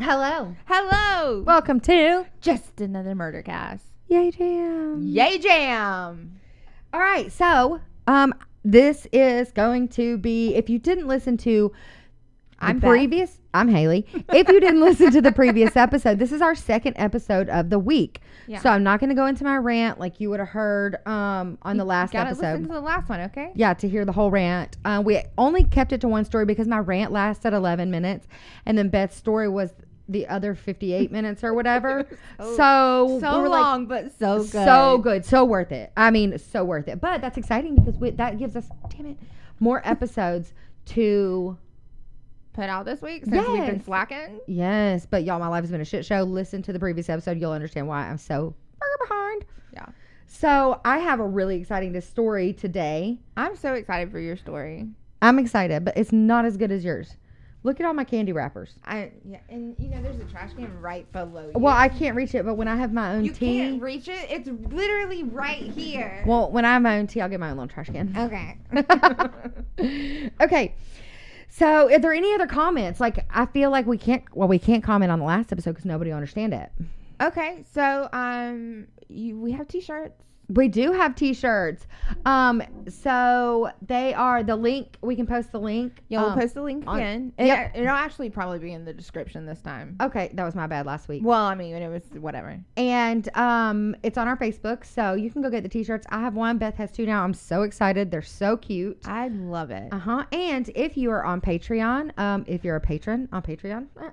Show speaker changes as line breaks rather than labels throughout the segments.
Hello.
Hello.
Welcome to
just another murder cast.
Yay Jam.
Yay jam.
All right, so um this is going to be if you didn't listen to the
I'm Beth.
previous I'm Haley. If you didn't listen to the previous episode, this is our second episode of the week.
Yeah.
So I'm not going to go into my rant like you would have heard um on the last
Gotta
episode.
listen to the last one, okay?
yeah, to hear the whole rant. Uh, we only kept it to one story because my rant lasted 11 minutes, and then Beth's story was the other 58 minutes or whatever.
So-
so
So
we were like,
long, but Oh, so good.
so good, so worth it. I mean, so worth it. But that's exciting because we, that gives us, damn it, more episodes to.
Put out this week since we've been
Yes.
slacking.
Yes, but y'all, my life has been a shit show. Listen to the previous episode, you'll understand why I'm so far behind.
Yeah.
So I have a really exciting this story today.
I'm so excited for your story.
I'm excited, but it's not as good as yours. Look at all my candy wrappers.
I yeah, and you know there's a trash can right below you.
Well, I can't reach it, but when I have my own
you
tea,
can't reach it. It's literally right here.
well, when I have my own tea, I'll get my own little trash can.
okay.
okay. So, are there any other comments? Like, I feel like we can't. Well, we can't comment on the last episode because nobody will understand it.
okay, so um you, we have t-shirts.
We do have T-shirts. Um, so they are the link. We can post the link.
Yeah, we'll
Um,
post the link
on-
again.
Yep.
It, it'll actually probably be in the description this time.
Okay, that was my bad last week.
Well, I mean, it was whatever.
And um, it's on our Facebook, so you can go get the T-shirts. I have one. Beth has two now. I'm so excited. They're so cute.
I love it.
Uh huh. And if you are on Patreon, um, if you're a patron on Patreon, eh,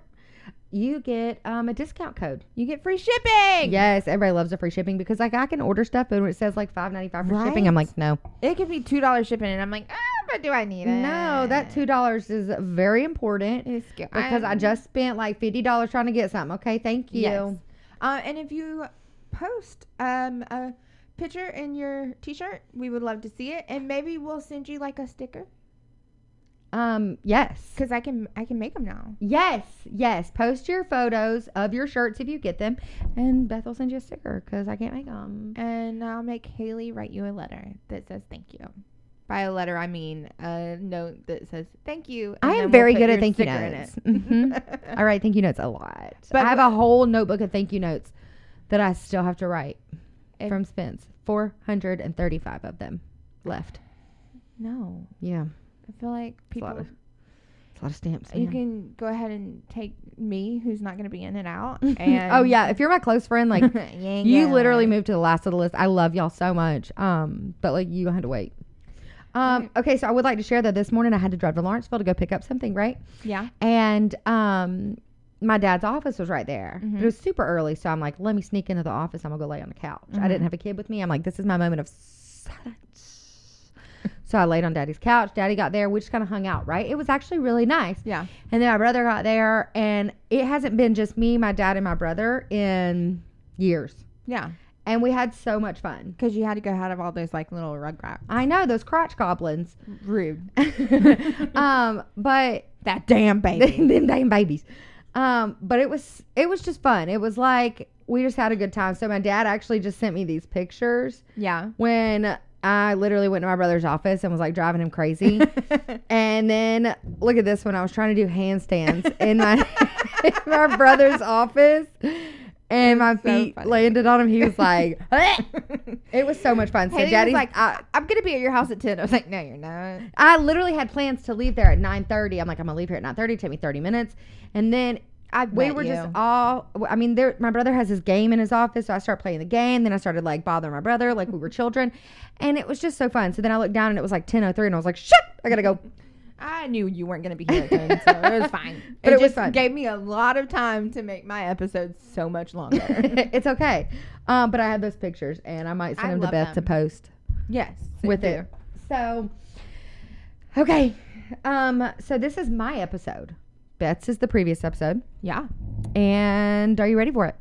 you get um, a discount code.
You get free shipping.
Yes, everybody loves the free shipping because like I can order stuff, but when it says like five ninety five for shipping, I'm
Right.
like, no,
It could be two dollars shipping, and I'm like, ah, but do I need it?
no, that two dollars is very important
is good Um,
because I just spent like fifty dollars trying to get something. Okay, thank you.
Yes. Uh, and if you post um a picture in your T-shirt, we would love to see it, and maybe we'll send you like a sticker
Um, yes.
because I can I can make them now.
Yes, yes. Post your photos of your shirts if you get them, and Beth will send you a sticker because I can't make them.
And I'll make Haley write you a letter that says thank you. By a letter, I mean a note that says thank you. and
I
then
am
we'll
very
put
good
your
at thank you
sticker in
notes.
it.
Mhm.
Mm-hmm.
I write thank you notes a lot.
But
I have a whole notebook of thank you notes that I still have to write
If-
from Spence. 435 of them left.
no,
Yeah.
I feel like
It's a
people
lot of, it's a lot of stamps.
You
man.
can go ahead and take me, who's not going to be in and out. And
oh, yeah. If you're my close friend, like,
You ain't
you
going.
literally moved to the last of the list. I love y'all so much. Um, but, like, you had to wait. Um, okay, so I would like to share that this morning I had to drive to Lawrenceville to go pick up something, right?
Yeah.
And um, my dad's office was right there. But
Mhm.
it was super early, so I'm like, let me sneak into the office. I'm gonna go lay on the couch. I
Mhm.
didn't have a kid with me. I'm like, this is my moment of silence. so I laid on Daddy's couch. Daddy got there. We just kind of hung out, right? It was actually really nice.
Yeah.
And then my brother got there, and it hasn't been just me, my dad, and my brother in years.
Yeah.
And we had so much fun.
Because you had to go out of all those like little rug wrap.
I know those crotch goblins.
Rude.
um, but
That damn baby.
them damn babies. Um, but it was it was just fun. It was like we just had a good time. So my dad actually just sent me these pictures
yeah.
when I literally went to my brother's office and was like driving him crazy. and then look at this one. I was trying to do handstands in my in my brother's office, and my
That's so
feet
funny.
landed on him. He was like,
Haley
it was so much fun. So
was
daddy's
like,
like,
I, I'm going to be at your house at 10. I was like, no, you're not.
I literally had plans to leave there at nine thirty. I'm like, I'm gonna leave here at nine thirty. Take me thirty minutes, and then
I
we
bet
were just
you.
all i mean there my brother has his game in his office so i started playing the game then i started like bothering my brother like we were children and it was just so fun so then i looked down and it was like 10.03 and i was like shit i gotta go
I knew you weren't going to be here at 10, so it was fine.
But it was
just
fun.
gave me a lot of time to make my episode so much longer.
it's okay um, but i had those pictures and i might send
I
them to
love
beth to
them.
post
yes.
with it so okay um, so this is my episode beth's is the previous episode
Yeah.
and are you ready for it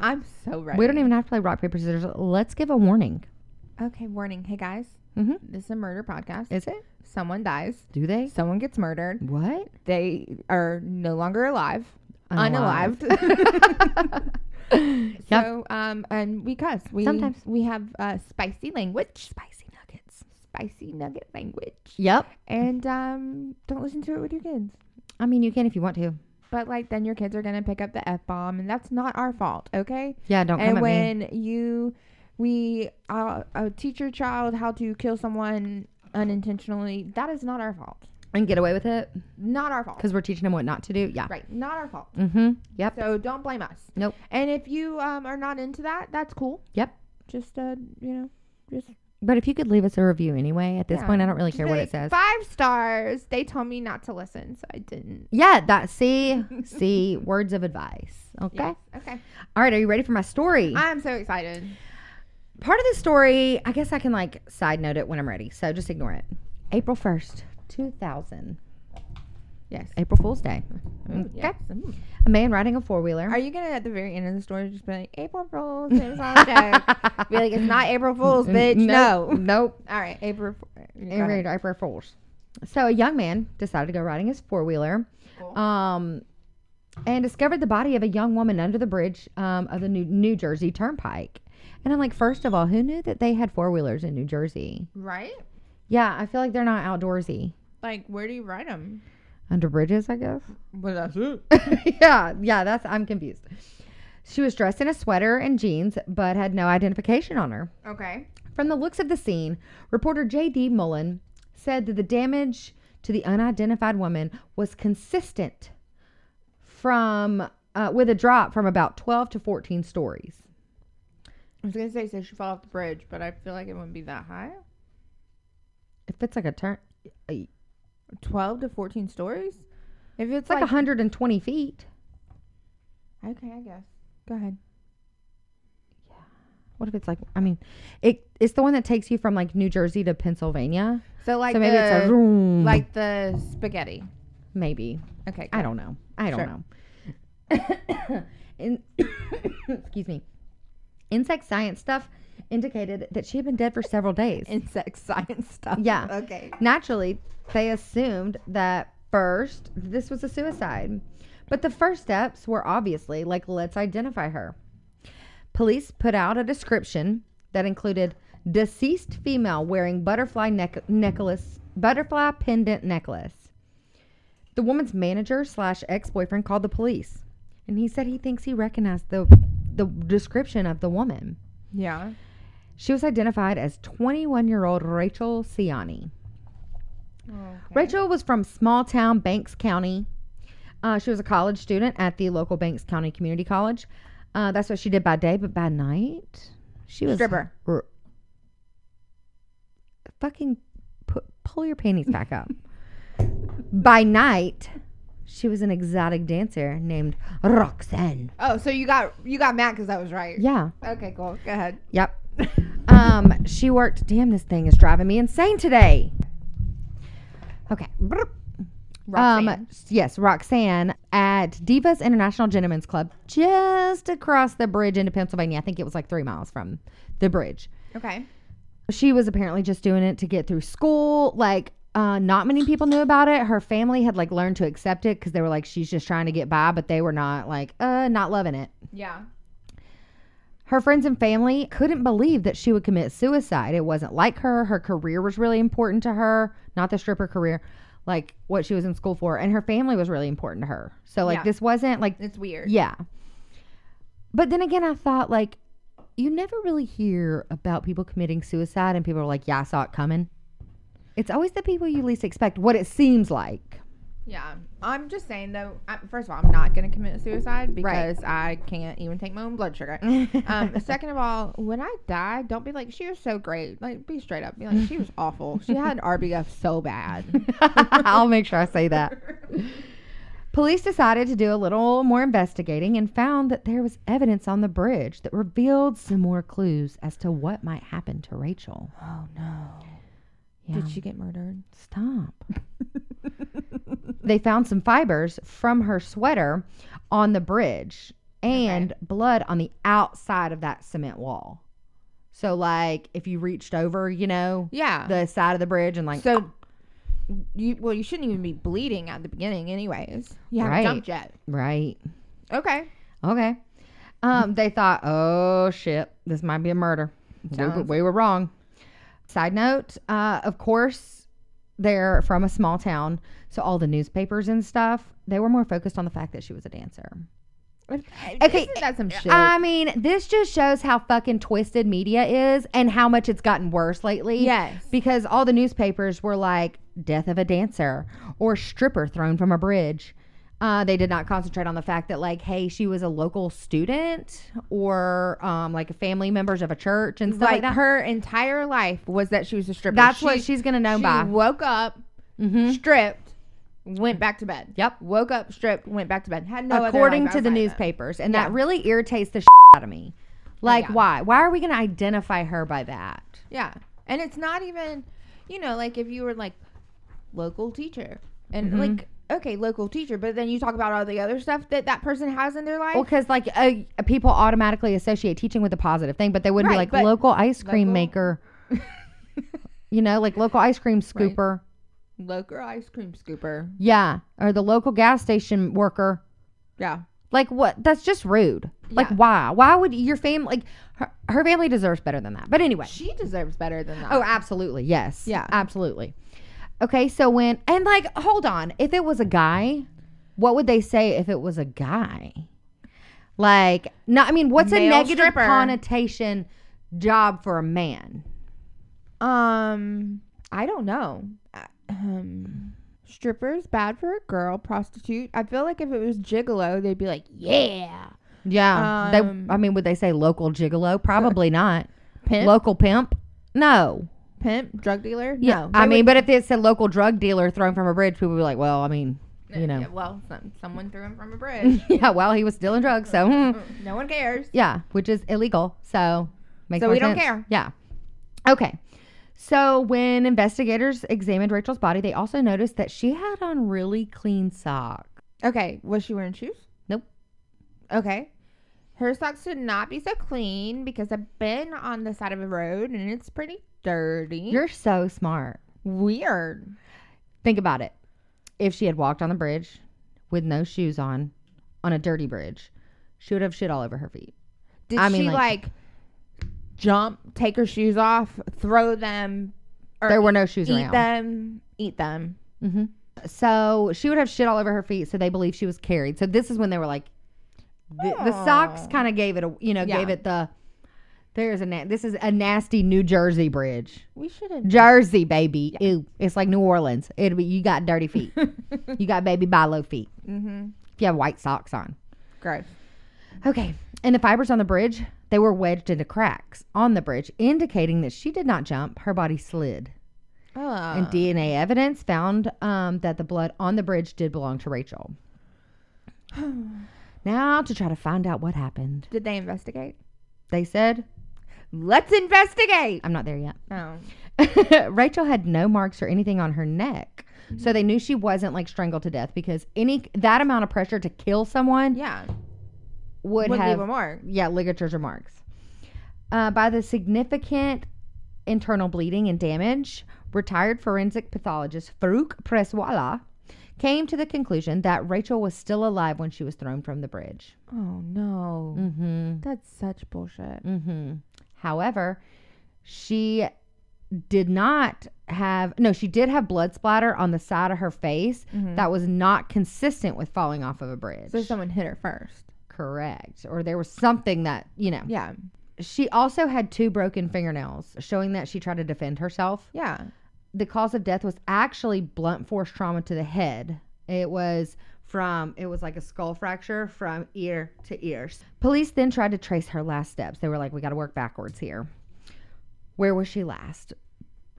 I'm so ready.
we don't even have to play rock paper scissors let's give a warning e-
Okay, warning. Hey, guys.
mm-hmm.
This is a murder podcast.
is it
Someone dies.
do they
Someone gets murdered.
what
They are no longer alive.
Unalive.
Unalived.
Yep.
So, um, and we cuss. We,
Sometimes.
we have uh, spicy language, spicy nuggets, spicy nugget language,
Yep.
and um, don't listen to it with your kids.
I mean, you can if you want to.
But like then your kids are gonna pick up the f bomb, and that's not our fault, okay?
Yeah, don't come
and
at me.
when you, we uh, uh, teach your child how to kill someone unintentionally, that is not our fault.
And get away with it
Not our fault.
because we're teaching them what not to do. Yeah.
Right. Not our fault.
Mm-hmm. Yep.
So don't blame us.
Nope.
And if you um, are not into that, that's cool.
Yep.
Just uh, you know, just
But if you could leave us a review anyway, at this
Yeah.
point, I don't really
just
care
be
what
like,
it says.
Five stars. They told me not to listen, so I didn't.
Yeah, that. See, see, words of advice. Okay.
Yes. Okay.
All right. Are you ready for my story?
I'm so excited.
Part of the story, I guess I can like side note it when I'm ready. So just ignore it. April 1st, 2000.
Yes.
April Fool's Day. Mm, Okay. A man riding a four wheeler.
Mm, Are you gonna at the very end of the story just be like April Fools? It was all a joke. be like, it's not April Fools, bitch. Mm, No.
Mm, Nope.
All right, April. uh, Fool- go
It
ahead.
rained April Fools. So a young man decided to go riding his four wheeler,
Cool.
um, and discovered the body of a young woman under the bridge um, of the New New Jersey Turnpike. And I'm like, first of all, who knew that they had four wheelers in New Jersey?
Right?
Yeah, I feel like they're not outdoorsy
Like, where do you write them?
under bridges, I guess.
But that's it.
yeah, yeah, that's I'm confused. She was dressed in a sweater and jeans, but had no identification on her.
Okay.
From the looks of the scene, reporter J.D. Mullen said that the damage to the unidentified woman was consistent from uh, with a drop from about 12 to 14 stories.
I was gonna say, so she fell off the bridge, but I feel like it wouldn't be that high.
If it's like a turn, it's
Twelve to fourteen stories. If it's
like, 120 feet.
okay, I guess. Go ahead.
What if it's like? I mean, it it's the one that takes you from like New Jersey to Pennsylvania.
So like,
so maybe it's a room.
like the spaghetti.
maybe
Okay.
I don't know. I don't
Sure.
know. In, excuse me. Insect science stuff indicated that she had been dead for several days.
Insect science stuff.
Yeah.
Okay.
Naturally, they assumed that first this was a suicide. But the first steps were obviously like, let's identify her. Police put out a description that included deceased female wearing butterfly neck- necklace, butterfly pendant necklace. The woman's manager slash ex boyfriend called the police, and he said he thinks he recognized the the description of the woman.
Yeah.
She was identified as 21 year old Rachel Siani. Rachel was from small town Banks County. Uh, she was a college student at the local Banks County Community College. Uh, that's what she did by day, but by night, she was
Stripper.
R- fucking pu- pull your panties back up. by night, she was an exotic dancer named Roxanne.
Oh, so you got you got mad because I was right.
Yeah.
Okay. Cool. Go ahead.
Yep. Um, she worked. Damn, this thing is driving me insane today. Okay. Brrp. Um,
Roxanne.
yes, Roxanne at Divas International Gentlemen's Club, just across the bridge into Pennsylvania. I think it was like three miles from the bridge.
okay.
She was apparently just doing it to get through school. Like, uh, not many people knew about it. Her family had like learned to accept it because they were like, she's just trying to get by, but they were not like, uh, not loving it.
Yeah.
Her friends and family couldn't believe that she would commit suicide. It wasn't like her. Her career was really important to her, not the stripper career, like what she was in school for. And her family was really important to her. So, like,
Yeah.
this wasn't like,
It's weird.
yeah. But then again, I thought, like, you never really hear about people committing suicide and people are like, yeah, I saw it coming. It's always the people you least expect, what it seems like.
Yeah. I'm just saying though. I, first of all, I'm not gonna commit suicide because I can't even take my own blood sugar. Um, second of all, when I die, don't be like she was so great. Like, be straight up. Be like she was awful. She had RBF so bad.
I'll make sure I say that. Police decided to do a little more investigating and found that there was evidence on the bridge that revealed some more clues as to what might happen to Rachel.
Oh no.
Yeah.
Did she get murdered?
Stop. they found some fibers from her sweater on the bridge and blood on the outside of that cement wall. So, like, if you reached over, you know,
Yeah.
the side of the bridge and like uh,
so you well, you shouldn't even be bleeding at the beginning anyways. You haven't
Right.
jumped yet.
right
Okay.
Okay. Um, they thought, oh shit, this might be a murder. We,
Sounds-
we were wrong. Side note, uh, of course, they're from a small town, so all the newspapers and stuff they were more focused on the fact that she was a dancer. Okay,
Okay, Uh, that's some shit.
I mean, this just shows how fucking twisted media is and how much it's gotten worse lately.
Yes.
Because all the newspapers were like, death of a dancer or stripper thrown from a bridge. Uh, they did not concentrate on the fact that, like, hey, she was a local student or um, like family members of a church and stuff like,
like
that.
her entire life was that she was a stripper.
That's
She-
what she's going to know
she
by.
woke up,
Mhm.
stripped, went back to bed.
Yep.
Woke up, stripped, went back to bed. Had no other
according
life
to the
outside of it.
newspapers. And that
Yeah.
really irritates the shit out of me. Like,
Yeah.
why? Why are we going to identify her by that?
Yeah. And it's not even, you know, like if you were like local teacher and
Mhm.
like, okay, local teacher, but then you talk about all the other stuff that that person has in their life.
Well, because like uh, people automatically associate teaching with a positive thing, but they wouldn't
Right,
be like
but-
local ice cream
Local-
maker, you know, like local ice cream
Right.
scooper.
Local ice cream scooper.
Yeah. Or the local gas station worker.
Yeah.
Like what? That's just rude. Like
Yeah.
why? Why would your family, like her, her family deserves better than that. But anyway.
She deserves better than that.
Oh, absolutely. Yes.
Yeah.
Absolutely. Okay. So when, and like, hold on. If it was a guy, what would they say if it was a guy? Like, no, I mean, what's a
Male
negative
stripper.
connotation job for a man? Oh,
Um, I don't know. I- Um, strippers bad for a girl, prostitute. I feel like if it was gigolo, they'd be like, yeah,
Yeah.
Um,
they, I mean, would they say local gigolo? Probably not.
pimp,
Local pimp? No.
pimp, drug dealer.
Yeah.
no,
I
they
mean,
would-
but if it's a local drug dealer thrown from a bridge, people would be like, well, I mean, you know.
Uh, Yeah, well, some, someone threw him from a bridge. Oh,
Yeah. Well, he was dealing drugs. So, hmm.
no one cares.
Yeah, which is illegal. So makes
So
more
we don't
sense.
care.
Yeah. Okay. So when investigators examined Rachel's body, they also noticed that she had on really clean socks.
Okay, was she wearing shoes?
Nope.
Okay. Her socks should not be so clean because I've been on the side of a road and it's pretty dirty.
You're so smart.
weird.
Think about it. If she had walked on the bridge with no shoes on, on a dirty bridge, she would have shit all over her feet.
Did
I mean,
she
like-
like, jump, take her shoes off, throw them, or
There were no shoes
eat
around.
them? Eat them.
hmm So she would have shit all over her feet. So they believe she was carried. So this is when they were like, the, the socks
Aw.
kind of gave it a, you know,
Yeah.
gave it the, there's a, na- this is a nasty New Jersey bridge.
We should have.
Jersey, baby. Ew. It's like New Orleans. It'll be, you got dirty feet. you got baby bilo feet
mm-hmm.
if you have white socks on.
Gross.
Okay. And the fibers on the bridge, they were wedged into cracks on the bridge, indicating that she did not jump. Her body slid.
Oh.
and DNA evidence found um, that the blood on the bridge did belong to Rachel. now, to try to find out what happened,
Did they investigate?
they said,
Let's investigate.
I'm not there yet.
Oh.
Rachel had no marks or anything on her neck. So they knew she wasn't like strangled to death because any that amount of pressure to kill someone
Yeah.
would
Would leave
have
a mark.
yeah, ligatures or marks. Uh, by the significant internal bleeding and damage, retired forensic pathologist Farouk Preswala came to the conclusion that Rachel was still alive when she was thrown from the bridge.
Oh no.
Mm-hmm.
That's such bullshit.
Mm-hmm. However, she did not have no. She did have blood splatter on the side of her face
Mhm.
that was not consistent with falling off of a bridge.
So someone hit her first.
Correct, or there was something that you know.
Yeah.
She also had two broken fingernails, showing that she tried to defend herself.
Yeah.
The cause of death was actually blunt force trauma to the head. It was from it was like a skull fracture from ear to ear. Police then tried to trace her last steps. They were like, "We got to work backwards here. Where was she last?"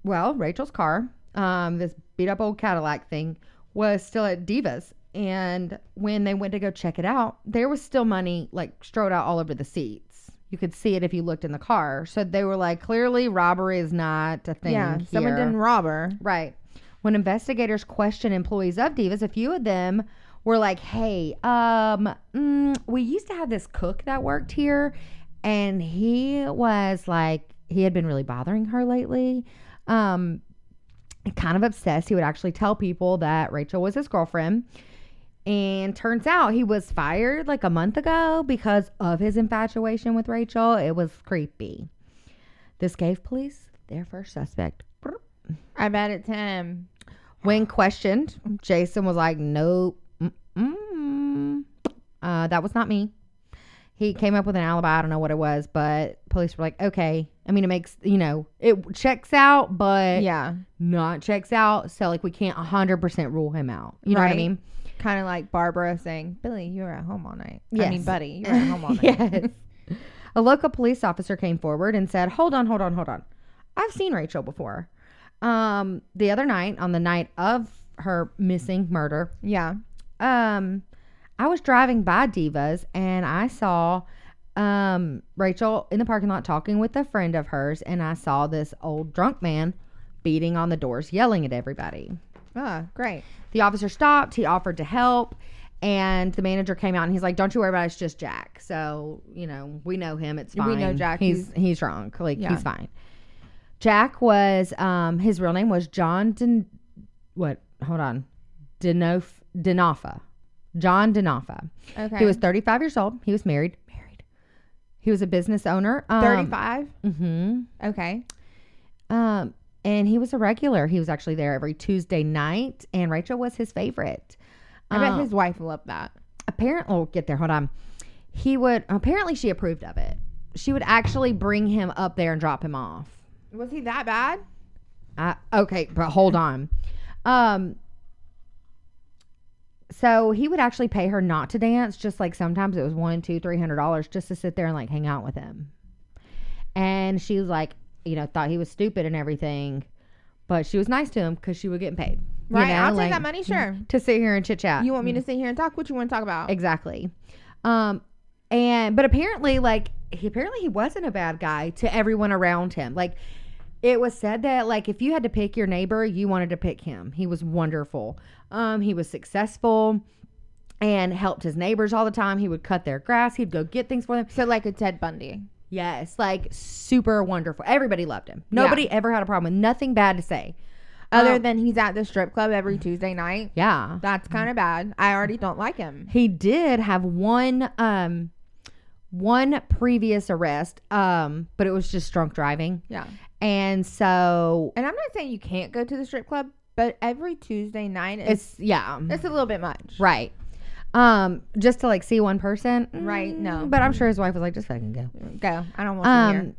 Well, Rachel's car, um, this beat up old Cadillac thing, was still at Divas, and when they went to go check it out, there was still money like strode out all over the seats. You could see it if you looked in the car. So they were like, clearly robbery is not a thing.
Yeah. Someone
here.
didn't rob her.
Right. When investigators questioned employees of Divas, a few of them were like, "Hey, um, mm, we used to have this cook that worked here, and he was like, he had been really bothering her lately, um, kind of obsessed. He would actually tell people that Rachel was his girlfriend." And turns out he was fired like a month ago because of his infatuation with Rachel. It was creepy. This gave police their first suspect.
I bet it's him.
When questioned, Jason was like, "Nope, mm-mm, Uh, that was not me. He came up with an alibi. I don't know what it was, but police were like, okay. I mean, it makes, you know, it checks out, but
yeah.
not checks out. So, like, we can't 100% rule him out. You know what I
Right.
mean?
Kind of like Barbara saying, Billy, you were at home all night. I mean,
Yes.
buddy, you were at home all night.
yes. A local police officer came forward and said, Hold on, hold on, hold on. I've seen Rachel before. Um, the other night, on the night of her missing murder,
Yeah.
um, I was driving by Divas and I saw um, Rachel in the parking lot talking with a friend of hers, and I saw this old drunk man beating on the doors, yelling at everybody.
Ah, great.
The officer stopped. He offered to help. And the manager came out and he's like, "Don't you worry about it. It's just Jack. So you know we know him. It's fine.
We know Jack.
He's he's drunk. Like
Yeah.
he's fine." Jack was um his real name was John Den what hold on Denof Denofa John Denofa.
Okay.
He was 35 years old. He was married. Married. He was a business owner. Um,
35.
Mm-hmm.
okay.
Um, and he was a regular. He was actually there every Tuesday night, and Rachel was his favorite.
I bet
Um,
his wife loved that.
apparently oh get there hold on he would apparently she approved of it she would actually bring him up there and drop him off
Was he that bad?
I, Uh, okay but hold on um so he would actually pay her not to dance just like sometimes it was one two three hundred dollars just to sit there and like hang out with him and she was like you know thought he was stupid and everything but she was nice to him because she was getting paid you
Right.
know,
I'll
like,
take that money. Sure.
to sit here and chit chat
You want me to sit here and talk? What you want to talk about?
Exactly. Um and but apparently like he apparently he wasn't a bad guy to everyone around him. Like it was said that like if you had to pick your neighbor, you wanted to pick him. He was wonderful. Um he was successful and helped his neighbors all the time. He would cut their grass, he'd go get things for them.
So like a Ted Bundy.
Yes, like super wonderful. Everybody loved him. Nobody ever had a problem with nothing bad to say.
Other
Um,
than he's at the strip club every Tuesday night.
Yeah.
That's kind of bad. I already don't like him.
he did have one um one previous arrest um but it was just drunk driving
Yeah.
and so
And I'm not saying you can't go to the strip club, but every Tuesday night is
it's yeah
that's a little bit much.
right um just to like see one person
Right, no.
but i'm sure his wife was like just fucking go
Go. I don't want to hear.
um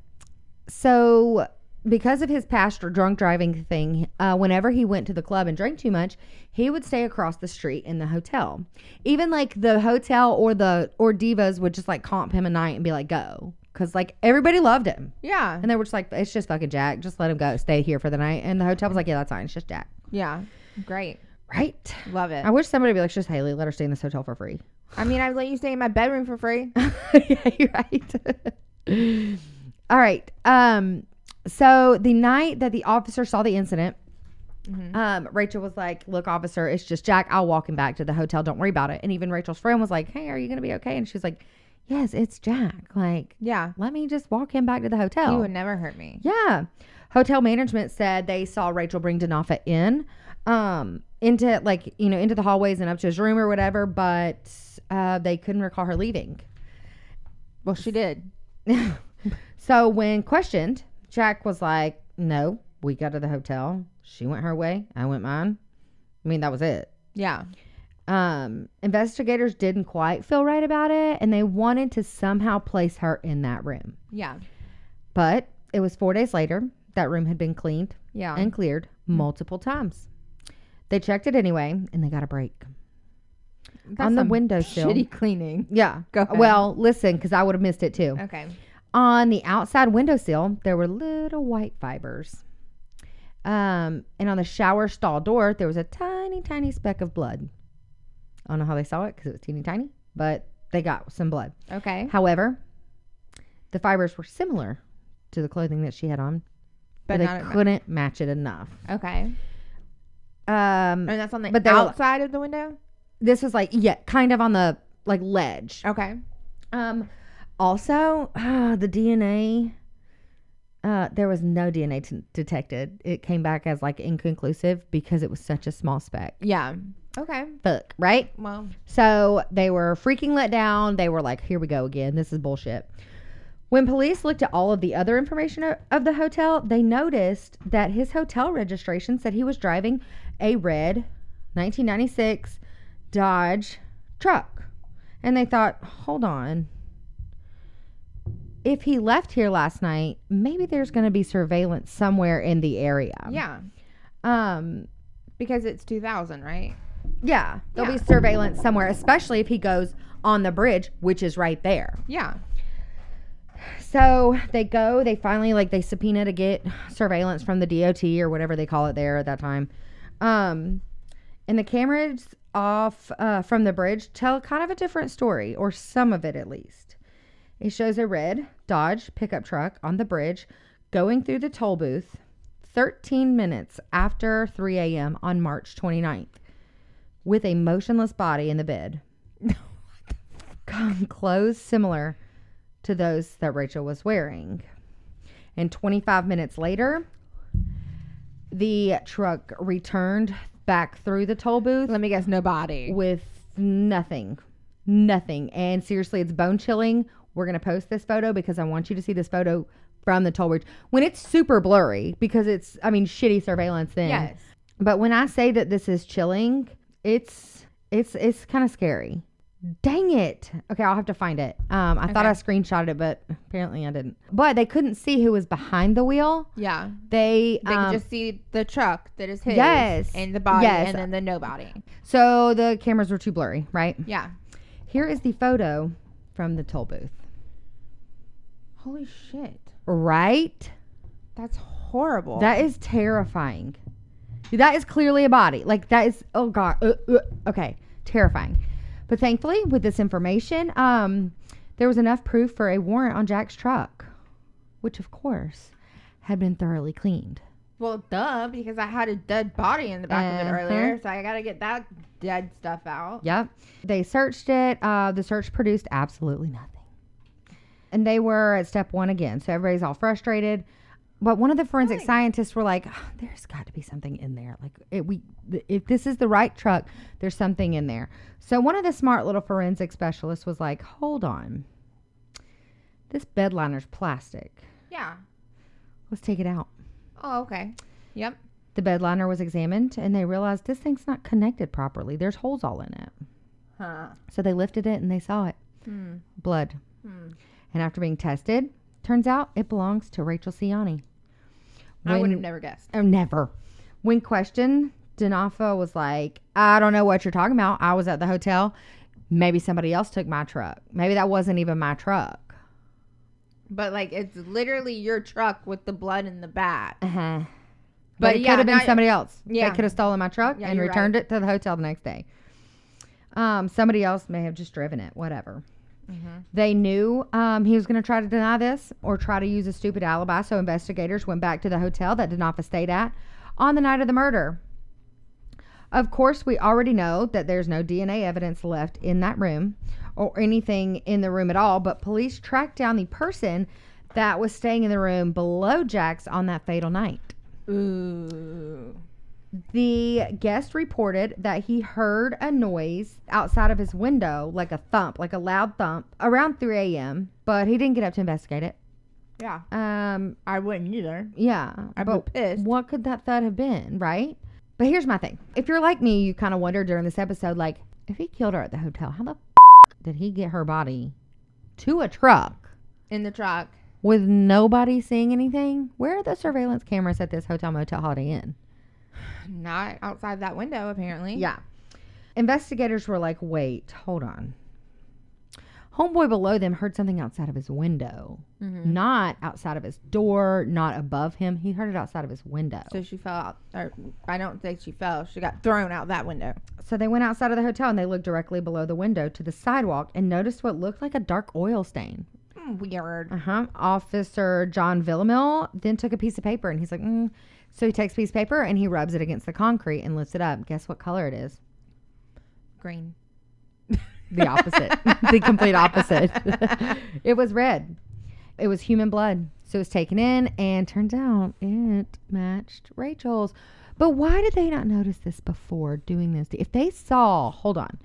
so because of his past drunk driving thing uh, whenever he went to the club and drank too much he would stay across the street in the hotel even like the hotel or the or divas would just like comp him a night and be like go because like everybody loved him
Yeah.
and they were just like it's just fucking jack just let him go stay here for the night and the hotel was like yeah that's fine it's just jack
Yeah. Great.
right
Love it.
i wish somebody would be like just haley let her stay in this hotel for free
I mean, I let you stay in my bedroom for free.
yeah, you're right. All right. Um, so the night that the officer saw the incident,
Mhm.
um, Rachel was like, "Look, officer, it's just Jack. I'll walk him back to the hotel. Don't worry about it." And even Rachel's friend was like, "Hey, are you gonna be okay?" And she was like, "Yes, it's Jack. Like,
Yeah.
let me just walk him back to the hotel."
He would never hurt me.
Yeah. Hotel management said they saw Rachel bring Danafa in, um, into like, you know, into the hallways and up to his room or whatever, but uh, they couldn't recall her leaving.
Well, she did.
so when questioned, Jack was like, No, we got to the hotel. She went her way. I went mine. I mean, that was it.
Yeah.
Um, investigators didn't quite feel right about it and they wanted to somehow place her in that room.
Yeah.
But it was four days later. That room had been cleaned
Yeah.
and cleared
Mm-hmm.
multiple times. They checked it anyway and they got a break.
That's
on the
some
windowsill.
Shitty cleaning.
Yeah.
Go ahead.
Well, listen, because I would have missed it too.
Okay.
On the outside windowsill, there were little white fibers. Um, and on the shower stall door, there was a tiny, tiny speck of blood. I don't know how they saw it because it was teeny tiny, but they got some blood.
Okay.
However, the fibers were similar to the clothing that she had on,
But
but,
not.
they
at-
couldn't match it enough.
Okay.
Um,
And that's on the
But they were-
outside of the window.
this was like yeah, kind of on the like ledge.
Okay.
Um, also ah, the DNA. Uh, there was no DNA t- detected. It came back as like inconclusive because it was such a small speck.
Yeah. Okay.
Fuck, right?
Well.
So they were freaking let down. They were like, "Here we go again. This is bullshit." When police looked at all of the other information o- of the hotel, they noticed that his hotel registration said he was driving a red 1996 Dodge truck. And they thought, hold on. If he left here last night, maybe there's going to be surveillance somewhere in the area.
Yeah.
Um,
Because it's 2000, right?
yeah, there'll
Yeah.
be surveillance somewhere, especially if he goes on the bridge, which is right there.
Yeah.
So they go, they finally like they subpoena to get surveillance from the DOT or whatever they call it there at that time. Um and the cameras off uh, from the bridge tell kind of a different story, or some of it at least. It shows a red Dodge pickup truck on the bridge going through the toll booth 13 minutes after 3 a.m. on March 29th with a motionless body in the bed. Clothes similar to those that Rachel was wearing. And 25 minutes later, the truck returned back through the toll booth
Let me guess, nobody.
with nothing. Nothing. And seriously, it's bone chilling. We're going to post this photo because I want you to see this photo from the toll bridge when it's super blurry because it's, I mean, shitty surveillance then.
Yes.
But when I say that this is chilling, it's it's it's kind of scary. Dang it. Okay, I'll have to find it. Um, I thought
Okay.
I screenshotted it, but apparently I didn't. But they couldn't see who was behind the wheel.
Yeah.
They,
They
um,
can just see the truck that is his.
Yes.
And the body
Yes.
and then the nobody.
so the cameras were too blurry, right?
Yeah.
Here is the photo from the toll booth.
Holy shit.
Right?
That's horrible.
That is terrifying. That is clearly a body. Like that is oh god. Uh, uh, okay, terrifying. But thankfully, with this information, um, there was enough proof for a warrant on Jack's truck, which of course had been thoroughly cleaned.
well, duh, because I had a dead body in the back of it
Uh-huh.
earlier, so I gotta get that dead stuff out.
Yep. They searched it. Uh, the search produced absolutely nothing. And they were at step one again. So everybody's all frustrated. But one of the forensic
Right.
scientists were like, "Oh, "There's got to be something in there. Like, it, we, th- if this is the right truck, there's something in there." So one of the smart little forensic specialists was like, "Hold on, this bedliner's plastic.
Yeah.
Let's take it out."
Oh, okay. Yep.
The bedliner was examined, and they realized this thing's not connected properly. There's holes all in it.
Huh.
So they lifted it and they saw it.
Hmm.
blood.
Hmm.
And after being tested, turns out it belongs to Rachel Ciani.
I would have never guessed.
Oh, never. When questioned, Danafa was like, I don't know what you're talking about. I was at the hotel. Maybe somebody else took my truck. Maybe that wasn't even my truck.
But like, it's literally your truck with the blood in the back.
Uh-huh. But,
But
it
yeah,
could have been
now-
somebody else.
Yeah.
They could have stolen my truck
Yeah,
and
you're right.
returned it to the hotel the next day. Um, somebody else may have just driven it, whatever.
Mm-hmm.
They knew um, he was going to try to deny this or try to use a stupid alibi. So investigators went back to the hotel that Denofa stayed at on the night of the murder. Of course, we already know that there's no DNA evidence left in that room or anything in the room at all, but police tracked down the person that was staying in the room below Jack's on that fatal night.
Ooh.
The guest reported that he heard a noise outside of his window, like a thump, like a loud thump, around 3 a.m., but he didn't get up to investigate it.
Yeah.
Um,
I wouldn't either.
yeah.
I'd be
but
pissed.
What could that thud have been, right? But here's my thing. If you're like me, you kind of wonder during this episode, like, if he killed her at the hotel, how the f- did he get her body to a truck
In the truck.
with nobody seeing anything? Where are the surveillance cameras at this hotel, motel, Holiday Inn?
Not outside that window, apparently.
Yeah. Investigators were like, wait, hold on. Homeboy below them heard something outside of his window,
Mhm.
not outside of his door, not above him. He heard it outside of his window.
So she fell out. Or I don't think she fell. She got thrown out that window.
So they went outside of the hotel and they looked directly below the window to the sidewalk and noticed what looked like a dark oil stain.
Mm, Weird.
Uh huh. Officer John Villamil then took a piece of paper and he's like, mm. so he takes a piece of paper and he rubs it against the concrete and lifts it up. Guess what color it is?
Green.
the opposite, the complete opposite. it was red. It was human blood. So it was taken in, and turns out it matched Rachel's. But why did they not notice this before doing this? If they saw, hold on,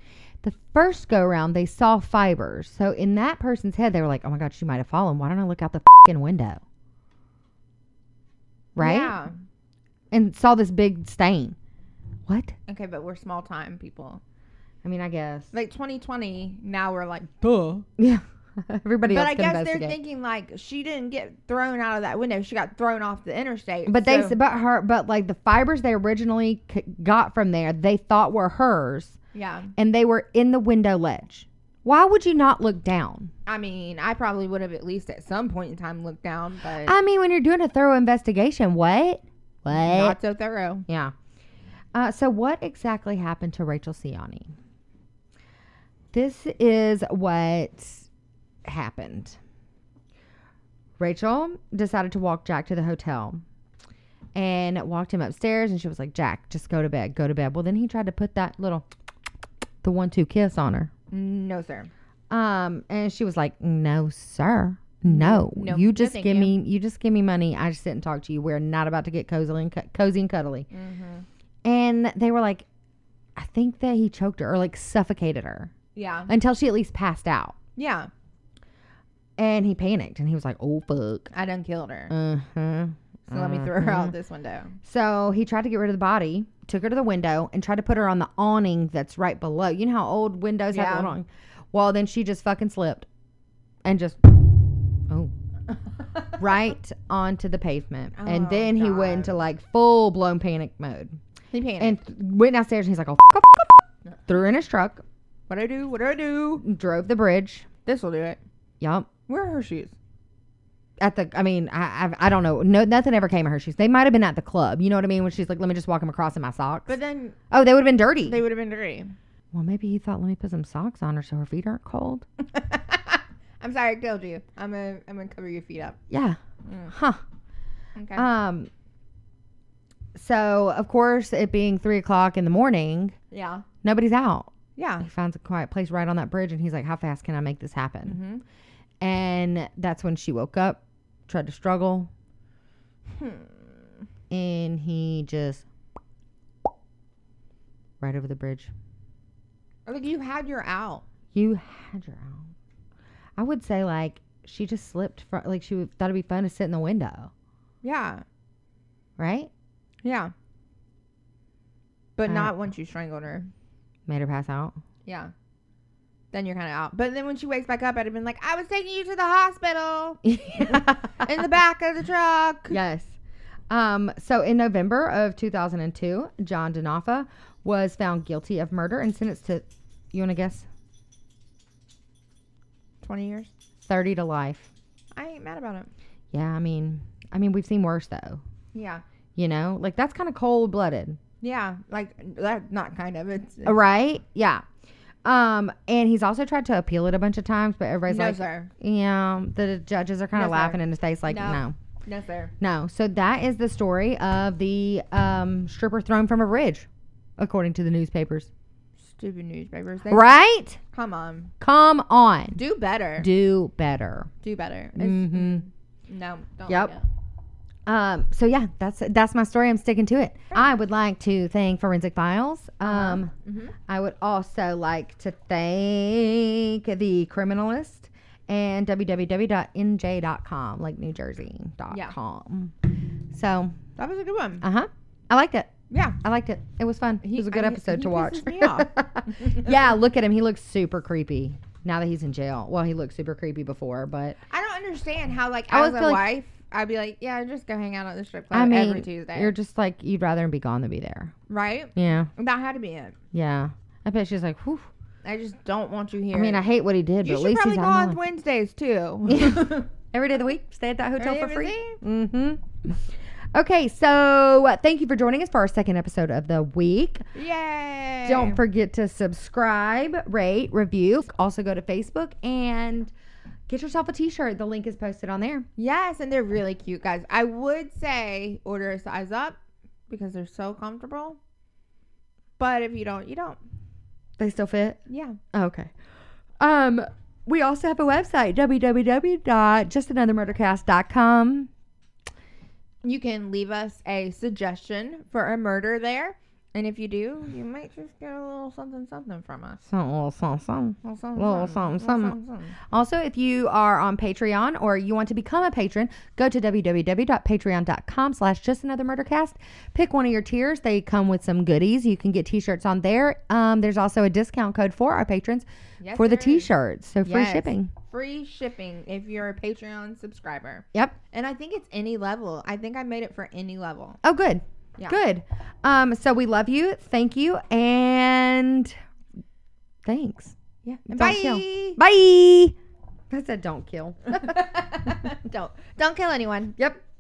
the first go round, they saw fibers. So in that person's head, they were like, oh my God, she might have fallen. Why don't I look out the fing window? Right?
Yeah.
And saw this big stain. What?
Okay, but we're small time people.
I mean, I guess.
Like 2020, now we're like, duh.
yeah. Everybody
But
else
I
can
guess they're
investigate.
thinking like she didn't get thrown out of that window. She got thrown off the interstate.
but they,
so-
s but her, but like the fibers they originally c- got from there, they thought were hers,
yeah.
and they were in the window ledge. Why would you not look down?
I mean, I probably would have at least at some point in time looked down, but
I mean, when you're doing a thorough investigation, what? What?
not so thorough.
yeah. Uh, so, what exactly happened to Rachel Siani? This is what happened. Rachel decided to walk Jack to the hotel and walked him upstairs, and she was like, Jack, just go to bed, go to bed. Well, then he tried to put that little, the one two kiss on her.
Mm, No, sir.
Um, and she was like, "No, sir, no.
No,
you
no,
just
thank
give
you."
me, you just give me money. I just sit and talk to you. We're not about to get cozy and cu- cozy and cuddly."
Mm-hmm.
And they were like, "I think that he choked her or like suffocated her
Yeah.
until she at least passed out."
Yeah.
And he panicked and he was like, "Oh fuck."
I done killed her.
Uh huh.
So let me
Mm-hmm.
throw her out this window.
So he tried to get rid of the body, took her to the window, and tried to put her on the awning that's right below. You know how old windows have
Yeah.
an awning. Well, then she just fucking slipped and just oh right onto the pavement. and
Oh,
then he went
God.
into like full blown panic mode
He panicked.
and th- went downstairs. And he's like, "Oh, f- oh, f- oh." threw in his truck,
what I do? What do I do?
drove the bridge.
This will do it.
Yup.
Where are her shoes?
At the, I mean, I, I, I don't know. No, nothing ever came of her shoes. They might have been at the club. You know what I mean? When she's like, "Let me just walk him across in my socks."
But then
oh, they would have been dirty.
they would have been dirty.
Well, maybe he thought, let me put some socks on her so her feet aren't cold.
I'm sorry, I killed you. I'm gonna I'm gonna cover your feet up.
Yeah.
Mm.
Huh.
Okay.
Um. So of course, it being three o'clock in the morning,
yeah.
nobody's out.
Yeah.
He finds a quiet place right on that bridge, and he's like, "How fast can I make this happen?"
Mm-hmm.
And that's when she woke up, tried to struggle,
Hmm.
and he just right over the bridge.
Like you had your out.
You had your own. I would say like she just slipped from like she thought it'd be fun to sit in the window,
Yeah.
right?
Yeah. But
Uh,
not once you strangled her.
Made her pass out.
Yeah. Then you're kind of out. But then when she wakes back up, I'd have been like, I was taking you to the hospital in the back of the truck.
yes. Um, so in November of 2002, John Denofa was found guilty of murder and sentenced to, you want to guess,
20 years.
30 to life.
I ain't mad about it.
Yeah, I mean, I mean, we've seen worse though.
Yeah.
You know, like that's kind of cold blooded,
Yeah. Like, that, not kind of. It's,
right? Yeah. Um, and he's also tried to appeal it a bunch of times, but everybody's
no,
like,
sir.
yeah, the judges are kind
No,
of
sir.
laughing in his face, like,
No.
no,
No, sir.
no. So that is the story of the um, stripper thrown from a bridge, according to the newspapers.
Stupid newspapers. They,
Right?
Come on.
Come on.
Do better. Do,
Do better.
better. It's- No. Don't
Yep.
like
Um, so yeah, that's that's my story. I'm sticking to it. I would like to thank Forensic Files. Um,
it. Mhm.
I would also like to thank The Criminalist and www.nj.com, like New Jersey dot
Yeah.
com. So,
That was a good one.
uh huh. I liked it.
Yeah.
I liked it. It was fun. it was a good
I-
episode
he
to watch.
pisses me off.
yeah, look at him. He looks super creepy now that he's in jail. Well, he looked super creepy before, but
I don't understand how, like,
I
as
always
a
feel like-
wife, I'd be like, yeah, just go hang out at the strip club
I mean,
every Tuesday.
You're just like you'd rather him be gone than be there.
right?
Yeah,
That had to be it.
yeah. I bet she's like, whew.
I just don't want you here.
I mean, I hate what he did,
you
but at
should
least
probably go
he's out.
on
of my life.
Wednesdays too.
Every day of the week, stay at that hotel
Are
for
you
free.
busy?
Mm-hmm. Okay, so uh, thank you for joining us for our second episode of the week.
Yay!
Don't forget to subscribe, rate, review. Also, go to Facebook and get yourself a T-shirt. The link is posted on there.
yes, and they're really cute, guys. I would say order a size up because they're so comfortable. But if you don't, you don't.
They still fit. Oh,
Yeah.
Okay. Um, we also have a website, www.justanothermurdercast.com.
You can leave us a suggestion for a murder there. And if you do, you might just get a little something something from us.
Some, little some, some.
A little something
Little something, something. Also, if you are on Patreon or you want to become a patron, go to www.patreon.com slash just another murdercast. Pick one of your tiers. They come with some goodies. You can get t-shirts on there. Um, there's also a discount code for our patrons
Yes,
for the
there is.
t-shirts. So free
Yes.
shipping.
Free shipping if you're a Patreon subscriber.
Yep.
And I think it's any level. I think I made it for any level.
Oh, good.
Yeah.
Good. Um, so we love you. Thank you. And thanks.
Yeah.
Don't
bye.
kill. Bye. I said don't kill.
don't don't kill anyone.
Yep.